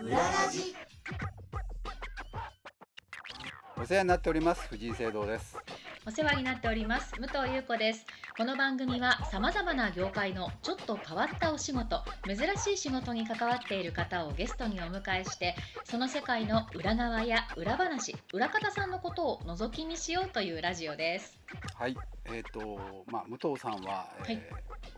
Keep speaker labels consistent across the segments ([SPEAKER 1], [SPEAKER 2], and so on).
[SPEAKER 1] 裏ラジ
[SPEAKER 2] お世話になっております藤井聖堂です
[SPEAKER 3] お世話になっております武藤優子ですこの番組はさまざまな業界のちょっと変わったお仕事珍しい仕事に関わっている方をゲストにお迎えしてその世界の裏側や裏話裏方さんのことを覗き見しようというラジオです
[SPEAKER 2] はいえっ、とまあ武藤さんは、えー
[SPEAKER 3] はい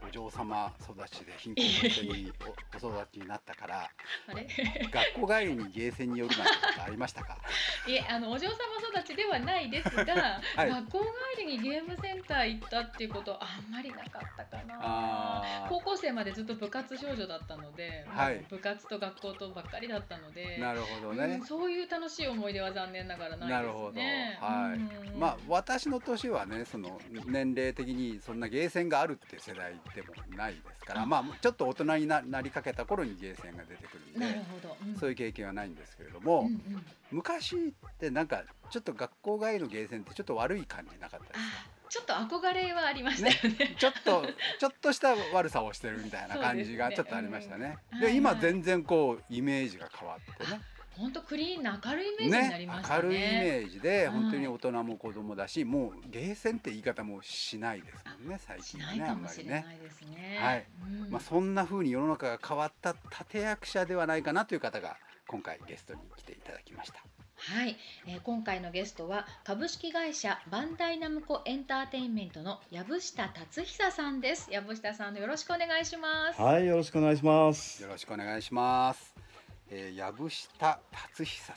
[SPEAKER 2] お嬢様育ちで貧困の人に おお育ちになったから
[SPEAKER 3] あれ
[SPEAKER 2] 学校帰りにゲーセンに寄るなんてことありましたか
[SPEAKER 3] いえあのお嬢様育ちではないですが、
[SPEAKER 2] はい
[SPEAKER 3] 学校帰りにゲームセンター行ったっていうことあんまりなかったかな
[SPEAKER 2] あ
[SPEAKER 3] 高校生までずっと部活少女だったので、
[SPEAKER 2] はい
[SPEAKER 3] もう部活と学校とばっかりだったので
[SPEAKER 2] ーなるほどね
[SPEAKER 3] うん、そういう楽しい思い出は残念ながらな
[SPEAKER 2] ないる
[SPEAKER 3] で
[SPEAKER 2] ほ
[SPEAKER 3] す
[SPEAKER 2] ど、
[SPEAKER 3] ね。
[SPEAKER 2] はい、
[SPEAKER 3] うん
[SPEAKER 2] まあ私の年はねその年齢的にそんなゲーセンがあるって世代でもないですからまあちょっと大人にななりかけた頃にゲーセンが出てくるん
[SPEAKER 3] なる
[SPEAKER 2] で
[SPEAKER 3] ほど。
[SPEAKER 2] そうい
[SPEAKER 3] い
[SPEAKER 2] う経験はないんですけれども、
[SPEAKER 3] うんうん、
[SPEAKER 2] 昔ってなんかちょっと学校外のゲーセンってちょっと悪い感じなかったです
[SPEAKER 3] あ、ちょっと憧れはありましたよね。
[SPEAKER 2] ちょっとちょっとした悪さをしてるみたいな感じが
[SPEAKER 3] そうですね
[SPEAKER 2] ちょっとありましたね。
[SPEAKER 3] うん
[SPEAKER 2] で今
[SPEAKER 3] はい
[SPEAKER 2] 全然こうイメージが変わってね。
[SPEAKER 3] 本当クリーンな明るいイメージにな
[SPEAKER 2] ね
[SPEAKER 3] りまし
[SPEAKER 2] 明
[SPEAKER 3] たね。
[SPEAKER 2] るいイメージで
[SPEAKER 3] うん
[SPEAKER 2] 本当に大人も子供だし、もうゲーセンって言い方もしないですもんね最
[SPEAKER 3] し
[SPEAKER 2] 近は
[SPEAKER 3] ない
[SPEAKER 2] ねあ
[SPEAKER 3] か
[SPEAKER 2] ん
[SPEAKER 3] も
[SPEAKER 2] ま
[SPEAKER 3] し
[SPEAKER 2] り
[SPEAKER 3] れ
[SPEAKER 2] ね。
[SPEAKER 3] ないですね。
[SPEAKER 2] はい
[SPEAKER 3] うん
[SPEAKER 2] まあそんな風に世の中が変わった立役者ではないかなという方が今回ゲストに来ていただきました。
[SPEAKER 3] はい、えー今回のゲストは株式会社バンダイナムコエンターテインメントの藪下達久さんです。藪下さんよろしくお願いします。
[SPEAKER 4] はい、よろしくお願いします
[SPEAKER 2] よ。ろしくお願いします。えー、藪下達久さん。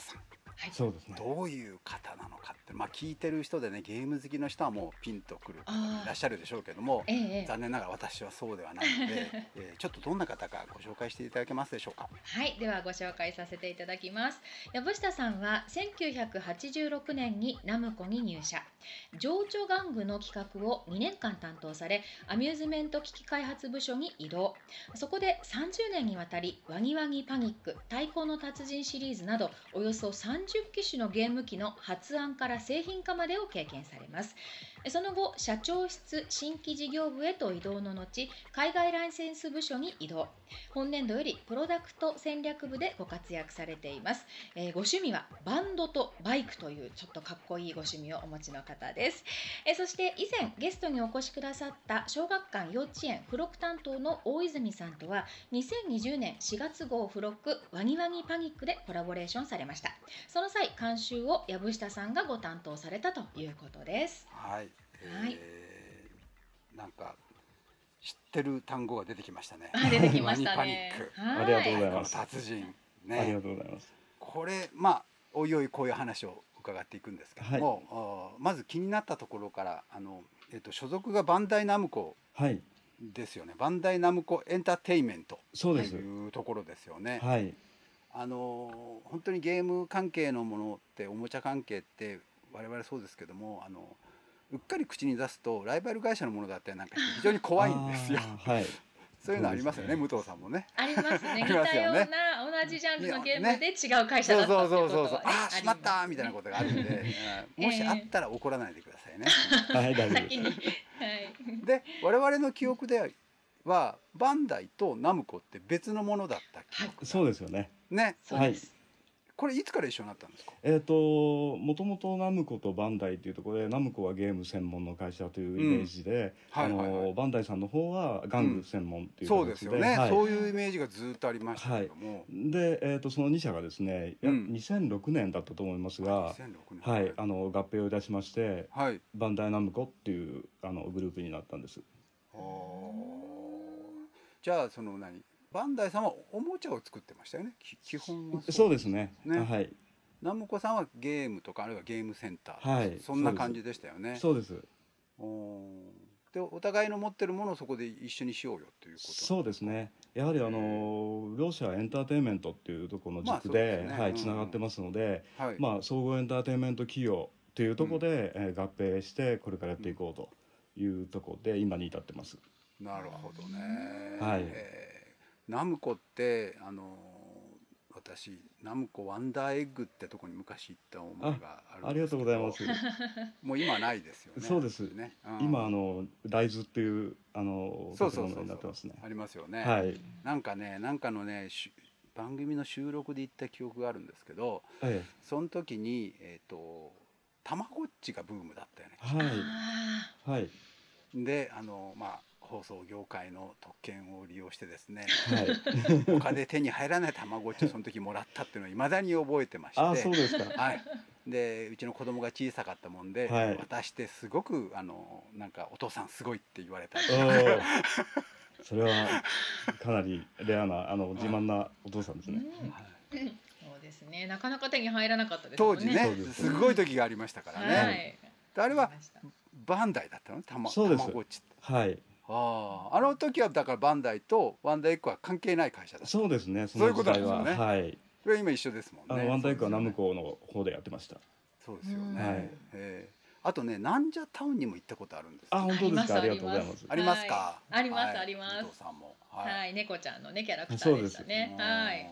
[SPEAKER 4] そうですね。
[SPEAKER 2] どういう方なのかって、まあ、聞いてる人でねゲーム好きの人はもうピンとくる方もいらっしゃるでしょうけども
[SPEAKER 3] ええ
[SPEAKER 2] 残念ながら私はそうではないの で、えーちょっとどんな方かご紹介していただけますでしょうか。
[SPEAKER 3] はい、ではご紹介させていただきます。藪下さんは1986年にナムコに入社。情緒玩具の企画を2年間担当され、アミューズメント機器開発部署に移動。そこで30年にわたり、ワニワニパニック、太鼓の達人シリーズなど、およそ30機種のゲーム機の発案から製品化までを経験されます。その後、社長室新規事業部へと移動の後、海外ライセンス部署に移動。本年度よりプロダクト戦略部でご活躍されています、えーご趣味はバンドとバイクというちょっとかっこいいご趣味をお持ちの方です、えーそして以前ゲストにお越しくださった小学館幼稚園付録担当の大泉さんとは2020年4月号付録ワニワニパニックでコラボレーションされましたその際監修を藪下さんがご担当されたということです
[SPEAKER 2] はい、
[SPEAKER 3] はい
[SPEAKER 2] えーなんか知ってる単語が出てきましたね。
[SPEAKER 3] あ出てきました
[SPEAKER 2] ワニ
[SPEAKER 3] ね
[SPEAKER 2] パニック
[SPEAKER 3] は
[SPEAKER 4] ありがとうございます
[SPEAKER 2] この達人
[SPEAKER 4] ありが
[SPEAKER 2] ね
[SPEAKER 4] とうございます。
[SPEAKER 2] これまあおいおいこういう話を伺っていくんですけども、あーまず気になったところからあの、えっと所属がバンダイナムコ
[SPEAKER 4] はい、
[SPEAKER 2] ですよね。バンダイナムコエンターテインメント
[SPEAKER 4] そう
[SPEAKER 2] と
[SPEAKER 4] です。
[SPEAKER 2] いうところですよね。
[SPEAKER 4] はい、
[SPEAKER 2] あの本当にゲーム関係のものっておもちゃ関係って我々そうですけどもあのうっかり口に出すとライバル会社のものだったりなんかして非常に怖いんですよ
[SPEAKER 4] あ。ーはい、
[SPEAKER 2] そういうのありますよね
[SPEAKER 4] そうです
[SPEAKER 2] 武
[SPEAKER 4] ね
[SPEAKER 2] 藤さんもね。
[SPEAKER 3] あります ね。
[SPEAKER 2] あ
[SPEAKER 3] 似
[SPEAKER 2] りま
[SPEAKER 3] た
[SPEAKER 2] す
[SPEAKER 3] よ
[SPEAKER 2] よね
[SPEAKER 3] うな同じジャンルのゲームで違う会社
[SPEAKER 2] そ
[SPEAKER 3] だ
[SPEAKER 2] う
[SPEAKER 3] った
[SPEAKER 2] そ
[SPEAKER 3] っ
[SPEAKER 2] う
[SPEAKER 3] てい
[SPEAKER 2] そうう
[SPEAKER 3] こと
[SPEAKER 2] そうそう
[SPEAKER 3] はね。
[SPEAKER 2] あー
[SPEAKER 3] り
[SPEAKER 2] しま
[SPEAKER 3] ます
[SPEAKER 2] ったみたいなことがあるんで、うんもしあったら怒らないでくださいね。
[SPEAKER 4] はい、大丈夫
[SPEAKER 3] 先に。
[SPEAKER 4] で
[SPEAKER 3] は
[SPEAKER 4] す。
[SPEAKER 3] い。
[SPEAKER 2] で我々の記憶ではバンダイとナムコって別のものだった記憶
[SPEAKER 4] そうですよね。
[SPEAKER 2] ね
[SPEAKER 3] そうです。
[SPEAKER 2] これいつから一緒になったんですか
[SPEAKER 4] えっ、と、もともとナムコとバンダイっていうところで、ナムコはゲーム専門の会社というイメージで。
[SPEAKER 2] うんはいはいはい
[SPEAKER 4] あの、バンダイさんの方は玩具専門っていう
[SPEAKER 2] そう
[SPEAKER 4] 形で。
[SPEAKER 2] ですよね、
[SPEAKER 4] はい
[SPEAKER 2] そういうイメージがずっとありましたけども、
[SPEAKER 4] で、えっ、と、その2社がですね、や
[SPEAKER 2] うん
[SPEAKER 4] 2006年だったと思いますが。
[SPEAKER 2] 2006年
[SPEAKER 4] はい、あの合併をいたしまして、
[SPEAKER 2] はい
[SPEAKER 4] バンダイナムコっていうあのグループになったんです。
[SPEAKER 2] あーじゃあその何バンダイさんはおもちゃを作ってましたよねき基本は
[SPEAKER 4] そうですね。
[SPEAKER 2] ね
[SPEAKER 4] はい、
[SPEAKER 2] ナムコさんはゲームとかあるいはゲームセンター、
[SPEAKER 4] はい
[SPEAKER 2] そんな感じでしたよね
[SPEAKER 4] そうです。
[SPEAKER 2] おーでお互いの持ってるものをそこで一緒にしようよということ
[SPEAKER 4] そうですね。やはりあの両者はエンターテインメントっていうところの
[SPEAKER 2] まあ
[SPEAKER 4] 軸
[SPEAKER 2] そう
[SPEAKER 4] で
[SPEAKER 2] です、ね
[SPEAKER 4] は
[SPEAKER 2] う
[SPEAKER 4] い
[SPEAKER 2] ん
[SPEAKER 4] つながってますので、
[SPEAKER 2] はい、
[SPEAKER 4] まあ総合エンターテインメント企業っていうところで、えー合併してこれからやっていこうというところで今に至ってます。
[SPEAKER 2] なるほどね。
[SPEAKER 4] はい
[SPEAKER 2] えーナムコってあのー私ナムコワンダーエッグってとこに昔行った思いがあるんですけど
[SPEAKER 4] ありがとうございます。
[SPEAKER 2] もう今はないですよね。
[SPEAKER 4] そうです
[SPEAKER 2] ね。
[SPEAKER 4] 今あ
[SPEAKER 2] の
[SPEAKER 4] の大豆っていうあの
[SPEAKER 2] そう
[SPEAKER 4] 建
[SPEAKER 2] そう
[SPEAKER 4] 物
[SPEAKER 2] そう
[SPEAKER 4] に
[SPEAKER 2] そ
[SPEAKER 4] なっ
[SPEAKER 2] う
[SPEAKER 4] てますね
[SPEAKER 2] あ。りますよね。
[SPEAKER 4] はい。
[SPEAKER 2] なんかねなんかのねし番組の収録で行った記憶があるんですけど
[SPEAKER 4] え
[SPEAKER 2] その時にえっ、とたまごっちがブームだったよね
[SPEAKER 4] えは
[SPEAKER 3] あ
[SPEAKER 4] いはい
[SPEAKER 2] であのまあ放送業界の特権を利用してですね
[SPEAKER 4] はい
[SPEAKER 2] お金手に入らないたまごっちを その時もらったっていうのをいまだに覚えてまして
[SPEAKER 4] ああそうですか
[SPEAKER 2] はい、でうちの子供が小さかったもんで、
[SPEAKER 4] はい
[SPEAKER 2] 渡してすごくあのなんか「お父さんすごい」って言われた
[SPEAKER 4] おーそれはかなりレアなあの自慢なお父さんです
[SPEAKER 3] ーう
[SPEAKER 4] ね。
[SPEAKER 3] んそうですねなかなか手に入らなかったですも
[SPEAKER 2] 当
[SPEAKER 3] ん
[SPEAKER 2] 時ね
[SPEAKER 4] そうです
[SPEAKER 2] すごい時がありましたからね、
[SPEAKER 3] は、
[SPEAKER 4] はい
[SPEAKER 2] であれは
[SPEAKER 3] りました
[SPEAKER 2] バンダイだったのたま
[SPEAKER 4] そうです
[SPEAKER 2] たまごっちって
[SPEAKER 4] はい、
[SPEAKER 2] あああの時はだからバンダイとワンダイエッグは関係ない会社だった
[SPEAKER 4] そうですね。そ
[SPEAKER 2] そうい
[SPEAKER 4] の
[SPEAKER 2] うこ
[SPEAKER 4] 時
[SPEAKER 2] と
[SPEAKER 4] 代は、
[SPEAKER 2] なんですよ
[SPEAKER 4] はい、
[SPEAKER 2] それは今一緒ですもん
[SPEAKER 4] あ
[SPEAKER 2] ね
[SPEAKER 4] のワンダイクはナ
[SPEAKER 3] そう
[SPEAKER 4] ム
[SPEAKER 3] です
[SPEAKER 4] コの方でやってました。
[SPEAKER 2] そうですよ
[SPEAKER 3] うん
[SPEAKER 2] ね、
[SPEAKER 4] はい
[SPEAKER 2] ええあとねなんじゃタウンにも行ったことあるんですよ
[SPEAKER 4] あ、本当ですか。
[SPEAKER 3] あ
[SPEAKER 4] あ
[SPEAKER 3] りま
[SPEAKER 4] りが
[SPEAKER 3] す
[SPEAKER 4] とうございます。
[SPEAKER 2] ありますか、
[SPEAKER 3] はいあります
[SPEAKER 2] はい
[SPEAKER 3] あります
[SPEAKER 2] 武藤さんも
[SPEAKER 3] はい、猫ちゃんのねキャラクターでしたね。はい。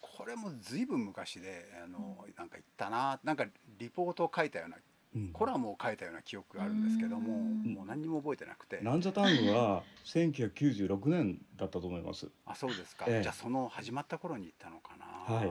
[SPEAKER 2] これもずいぶん昔であの、なんか言ったななんかリポートを書いたような
[SPEAKER 4] うん
[SPEAKER 2] コラムを書いたような記憶があるんですけども、
[SPEAKER 3] うん
[SPEAKER 2] もう何にも覚えてなくて、
[SPEAKER 4] なんじゃタウンは1996年だったと思います。
[SPEAKER 2] あそうですか、
[SPEAKER 4] ええ
[SPEAKER 2] じゃあその始まった頃に行ったのかな、
[SPEAKER 4] はい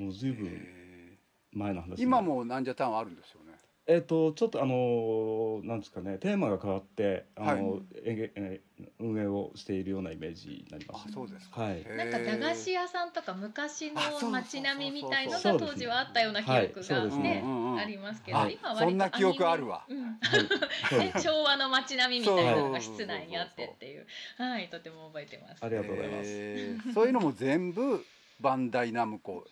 [SPEAKER 4] もうずいぶん
[SPEAKER 2] へ
[SPEAKER 4] 前の話、
[SPEAKER 2] え今。もなんじゃタウンあるんですよね
[SPEAKER 4] えっ、とちょっとあのなんですかね、テーマが変わってあの、
[SPEAKER 3] はい
[SPEAKER 4] ええ運営をしているようなイメージになりま
[SPEAKER 2] あ
[SPEAKER 4] す。
[SPEAKER 2] そうですか、
[SPEAKER 4] はい。
[SPEAKER 3] なんか駄菓子
[SPEAKER 2] 屋
[SPEAKER 3] 屋さんとか昔の
[SPEAKER 2] あそうそうそうそう
[SPEAKER 3] 街並みみたいのが
[SPEAKER 4] そう
[SPEAKER 3] 当
[SPEAKER 4] ですね
[SPEAKER 3] 時はあったような記憶
[SPEAKER 4] はいそうで
[SPEAKER 3] が
[SPEAKER 4] すね
[SPEAKER 3] ねありますけど、今は割と
[SPEAKER 2] そんな記憶あるわ
[SPEAKER 3] アニメ。うん
[SPEAKER 4] はい、 そうで
[SPEAKER 3] ね
[SPEAKER 4] す。
[SPEAKER 3] 昭和の街並みみたいなのが
[SPEAKER 2] そう
[SPEAKER 3] 室内にあってっていう、はい、とても覚えてます。
[SPEAKER 4] ありがとうございます
[SPEAKER 2] すそういうのも全部バンダイナムコ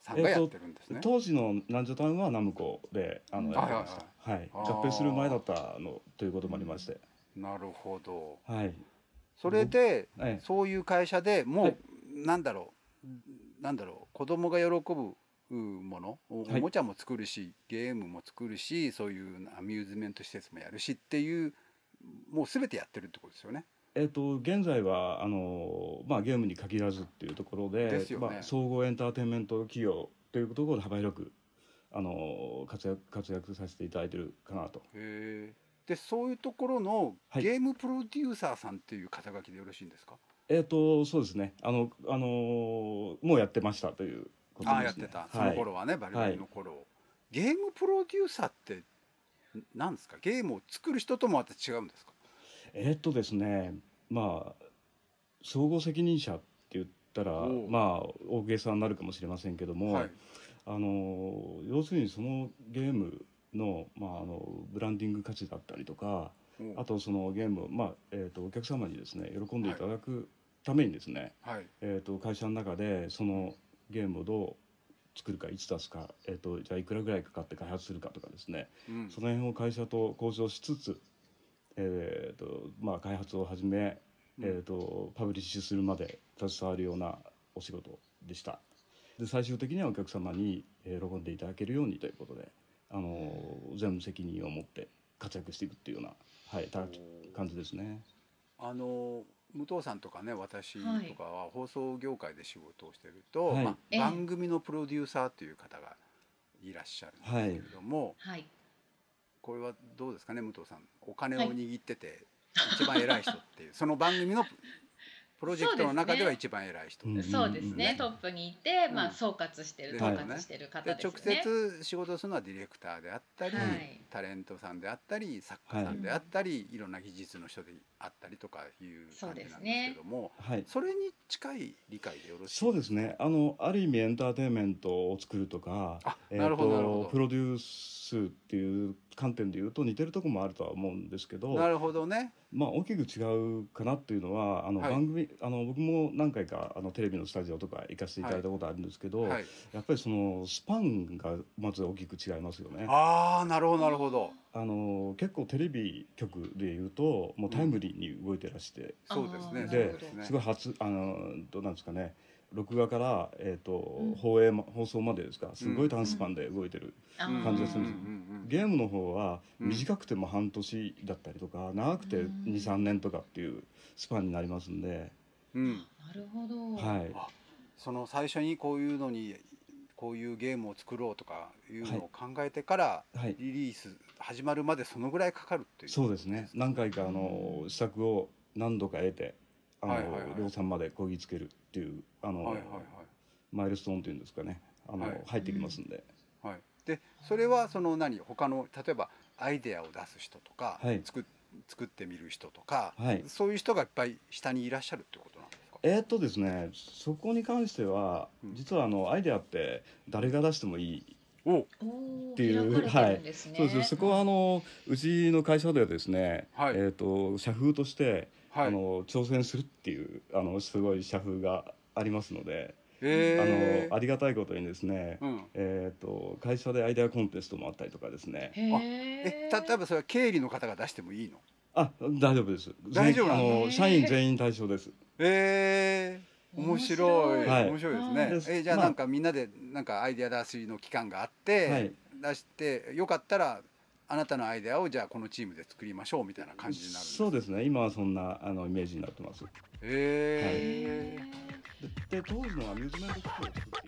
[SPEAKER 2] さんがやってるんですね、
[SPEAKER 4] 当時の南女タウンはナムコであの
[SPEAKER 3] うん
[SPEAKER 4] やってました、
[SPEAKER 2] は
[SPEAKER 4] はい
[SPEAKER 2] いはい
[SPEAKER 4] 合併する前だったのということもありまして、
[SPEAKER 2] なるほど
[SPEAKER 4] はい、
[SPEAKER 2] それで、
[SPEAKER 4] ええ
[SPEAKER 2] そういう会社でもう、
[SPEAKER 4] はい
[SPEAKER 2] なんだろうなんだろう子供が喜ぶうんものおお
[SPEAKER 4] はい
[SPEAKER 2] もちゃも作るし、ゲームも作るしそういうアミューズメント施設もやるしっていうもう全てやってるってことですよね。
[SPEAKER 4] えっと現在はあの、まあ、ゲームに限らずっていうところで
[SPEAKER 2] ですよね
[SPEAKER 4] まあ、総合エンターテインメント企業というところで幅広くあの活躍活躍させていただいてるかなと
[SPEAKER 2] でそういうところの
[SPEAKER 4] はい
[SPEAKER 2] ゲームプロデューサーさんっていう肩書きでよろしいんですか、
[SPEAKER 4] えっとそうですねあの、あのもうやってましたということです、ね、
[SPEAKER 2] ああやってた、そ
[SPEAKER 4] は
[SPEAKER 2] の
[SPEAKER 4] い、
[SPEAKER 2] 頃はねバリバリの頃、ゲームプロデューサーって何ですかゲームを作る人ともまた違うんですか
[SPEAKER 4] えーっとですねまあ総合責任者って言ったら
[SPEAKER 2] おう
[SPEAKER 4] まあ大げさになるかもしれませんけども、
[SPEAKER 2] はい
[SPEAKER 4] あの要するにそのゲームの,、まあ、あのブランディング価値だったりとかあとそのゲームを、まあえー、とお客様にですね喜んでいただくためにですね、
[SPEAKER 2] はい
[SPEAKER 4] えー、と会社の中でそのゲームをどう作るかいつ出すか、えー、とじゃあいくらぐらいかかって開発するかとかですね
[SPEAKER 2] うん
[SPEAKER 4] その辺を会社と交渉しつつ、えーとまあ、開発を始め、
[SPEAKER 2] うん
[SPEAKER 4] えー、とパブリッシュするまで携わるようなお仕事でしたで最終的にはお客様にえー喜んでいただけるようにということで、あのー全部責任を持って活躍していくっていうような、はい、た感じですね
[SPEAKER 2] あの武藤さんとかね私
[SPEAKER 3] はい
[SPEAKER 2] とかは放送業界で仕事をしてると、
[SPEAKER 4] はい
[SPEAKER 2] ま
[SPEAKER 3] ええ
[SPEAKER 2] あ、番組のプロデューサーという方がいらっしゃるんですけれども、
[SPEAKER 3] はい、
[SPEAKER 2] これはどうですかね武藤さんお金を握ってて、一番偉い人って いうその番組のプロジェクトの中では一番偉い人
[SPEAKER 4] そう
[SPEAKER 2] で,、
[SPEAKER 4] ん
[SPEAKER 3] そうです
[SPEAKER 2] う
[SPEAKER 3] ね
[SPEAKER 2] ん。
[SPEAKER 3] トップにいて、ま
[SPEAKER 2] う
[SPEAKER 3] あ
[SPEAKER 2] ん
[SPEAKER 3] 総括してる、
[SPEAKER 2] で
[SPEAKER 3] 統
[SPEAKER 4] はい
[SPEAKER 3] 括してる方ですよ
[SPEAKER 2] 直
[SPEAKER 3] ね。
[SPEAKER 2] 接仕事をするのはディレクターであったり、
[SPEAKER 3] はい
[SPEAKER 2] タレントさんであったり作家さんであったり、い、ろんな技術の人であったりとかいう
[SPEAKER 3] そう
[SPEAKER 2] 感
[SPEAKER 3] で
[SPEAKER 2] じな
[SPEAKER 3] すね
[SPEAKER 2] んですけども。
[SPEAKER 4] はい
[SPEAKER 2] それに近い理解でよろしい
[SPEAKER 4] そうですねあのある意味エンターテインメントを作るとか
[SPEAKER 2] あ
[SPEAKER 4] えー
[SPEAKER 2] なるほどなるほ
[SPEAKER 4] と
[SPEAKER 2] ど
[SPEAKER 4] プロデュースっていう観点でいうと似てるとこもあるとは思うんですけど
[SPEAKER 2] なるほどね。
[SPEAKER 4] まあ、大きく違うかなっていうのはあの
[SPEAKER 2] はい
[SPEAKER 4] 番組、あの僕も何回かあのテレビのスタジオとか行かせていただいたことあるんですけど、
[SPEAKER 2] はい。
[SPEAKER 4] やっぱりそのスパンがまず大きく違いますよね。あ
[SPEAKER 2] ああ、なるほど、なるほど。
[SPEAKER 4] の結構テレビ局でいうともうタイムリーに動いてらして、
[SPEAKER 2] そうです
[SPEAKER 3] あ
[SPEAKER 2] ね。
[SPEAKER 3] ー
[SPEAKER 2] そう
[SPEAKER 4] で
[SPEAKER 2] です
[SPEAKER 4] すご
[SPEAKER 2] ね。
[SPEAKER 4] い初あのどうなんですかね録画から、えーと
[SPEAKER 3] うん
[SPEAKER 4] 放映ま放送までですかすごい短スパンで動いてる、
[SPEAKER 3] あー
[SPEAKER 4] 感じがするんですよ
[SPEAKER 2] ん
[SPEAKER 4] ゲームの方は
[SPEAKER 2] うん
[SPEAKER 4] 短くても半年だったりとか、長くて
[SPEAKER 3] うん
[SPEAKER 4] 23年とかっていうスパンになりますんで、
[SPEAKER 2] うんうん。
[SPEAKER 3] なるほど。
[SPEAKER 4] はい、
[SPEAKER 2] あその最初にこういうのに、こういうゲームを作ろうとかいうのを考えてから。
[SPEAKER 4] はい、
[SPEAKER 2] リリース始まるまでそのぐらいかかるっていう。
[SPEAKER 4] そうですね何回かあの試作を何度か得てあの、
[SPEAKER 2] はいはいはい
[SPEAKER 4] 量産までこぎつけるっていうあの、
[SPEAKER 2] はいはい
[SPEAKER 4] マイルストーンっていうんですかねあの、
[SPEAKER 2] はい
[SPEAKER 4] 入ってきますんで、
[SPEAKER 2] はいはいでそれはその何他の例えばアイデアを出す人とか、
[SPEAKER 4] はい
[SPEAKER 2] 作っ作ってみる人とか、
[SPEAKER 4] はい
[SPEAKER 2] そういう人がいっぱい下にいらっしゃるってことなんですか
[SPEAKER 4] えーっとですねそこに関しては
[SPEAKER 2] うん
[SPEAKER 4] 実はあのアイデアって誰が出してもいい、
[SPEAKER 2] お
[SPEAKER 3] おお、
[SPEAKER 4] ていう
[SPEAKER 3] 開かれてるんですね。
[SPEAKER 4] そうですねそこはあのうちの会社ではですね、
[SPEAKER 2] はい
[SPEAKER 4] えーっと社風として、
[SPEAKER 2] はい
[SPEAKER 4] あの挑戦するっていうあのすごい社風がありますので、
[SPEAKER 2] え
[SPEAKER 4] あのありがたいことにですね、
[SPEAKER 2] うん
[SPEAKER 4] えーっと会社でアイデアコンテストもあったりとかですね
[SPEAKER 3] へー。
[SPEAKER 2] えた例えばそれは経理の方が出してもいいの
[SPEAKER 4] あ大丈夫です
[SPEAKER 2] 大丈夫なの
[SPEAKER 4] 全員あ
[SPEAKER 3] へー
[SPEAKER 4] の社員全員対象です
[SPEAKER 2] えー、面白い面白い,、
[SPEAKER 4] はい
[SPEAKER 2] ですね、
[SPEAKER 4] です
[SPEAKER 2] えじゃあ
[SPEAKER 4] まあ
[SPEAKER 2] なんかみんなでなんかアイデア出しの期間があって、
[SPEAKER 4] はい
[SPEAKER 2] 出してよかったらあなたのアイデアをじゃあこのチームで作りましょうみたいな感じになるんです
[SPEAKER 4] そうですね今はそんなあのイメージになってます
[SPEAKER 2] えー
[SPEAKER 3] へー
[SPEAKER 4] でで当時のアミューズメント企業を作っていた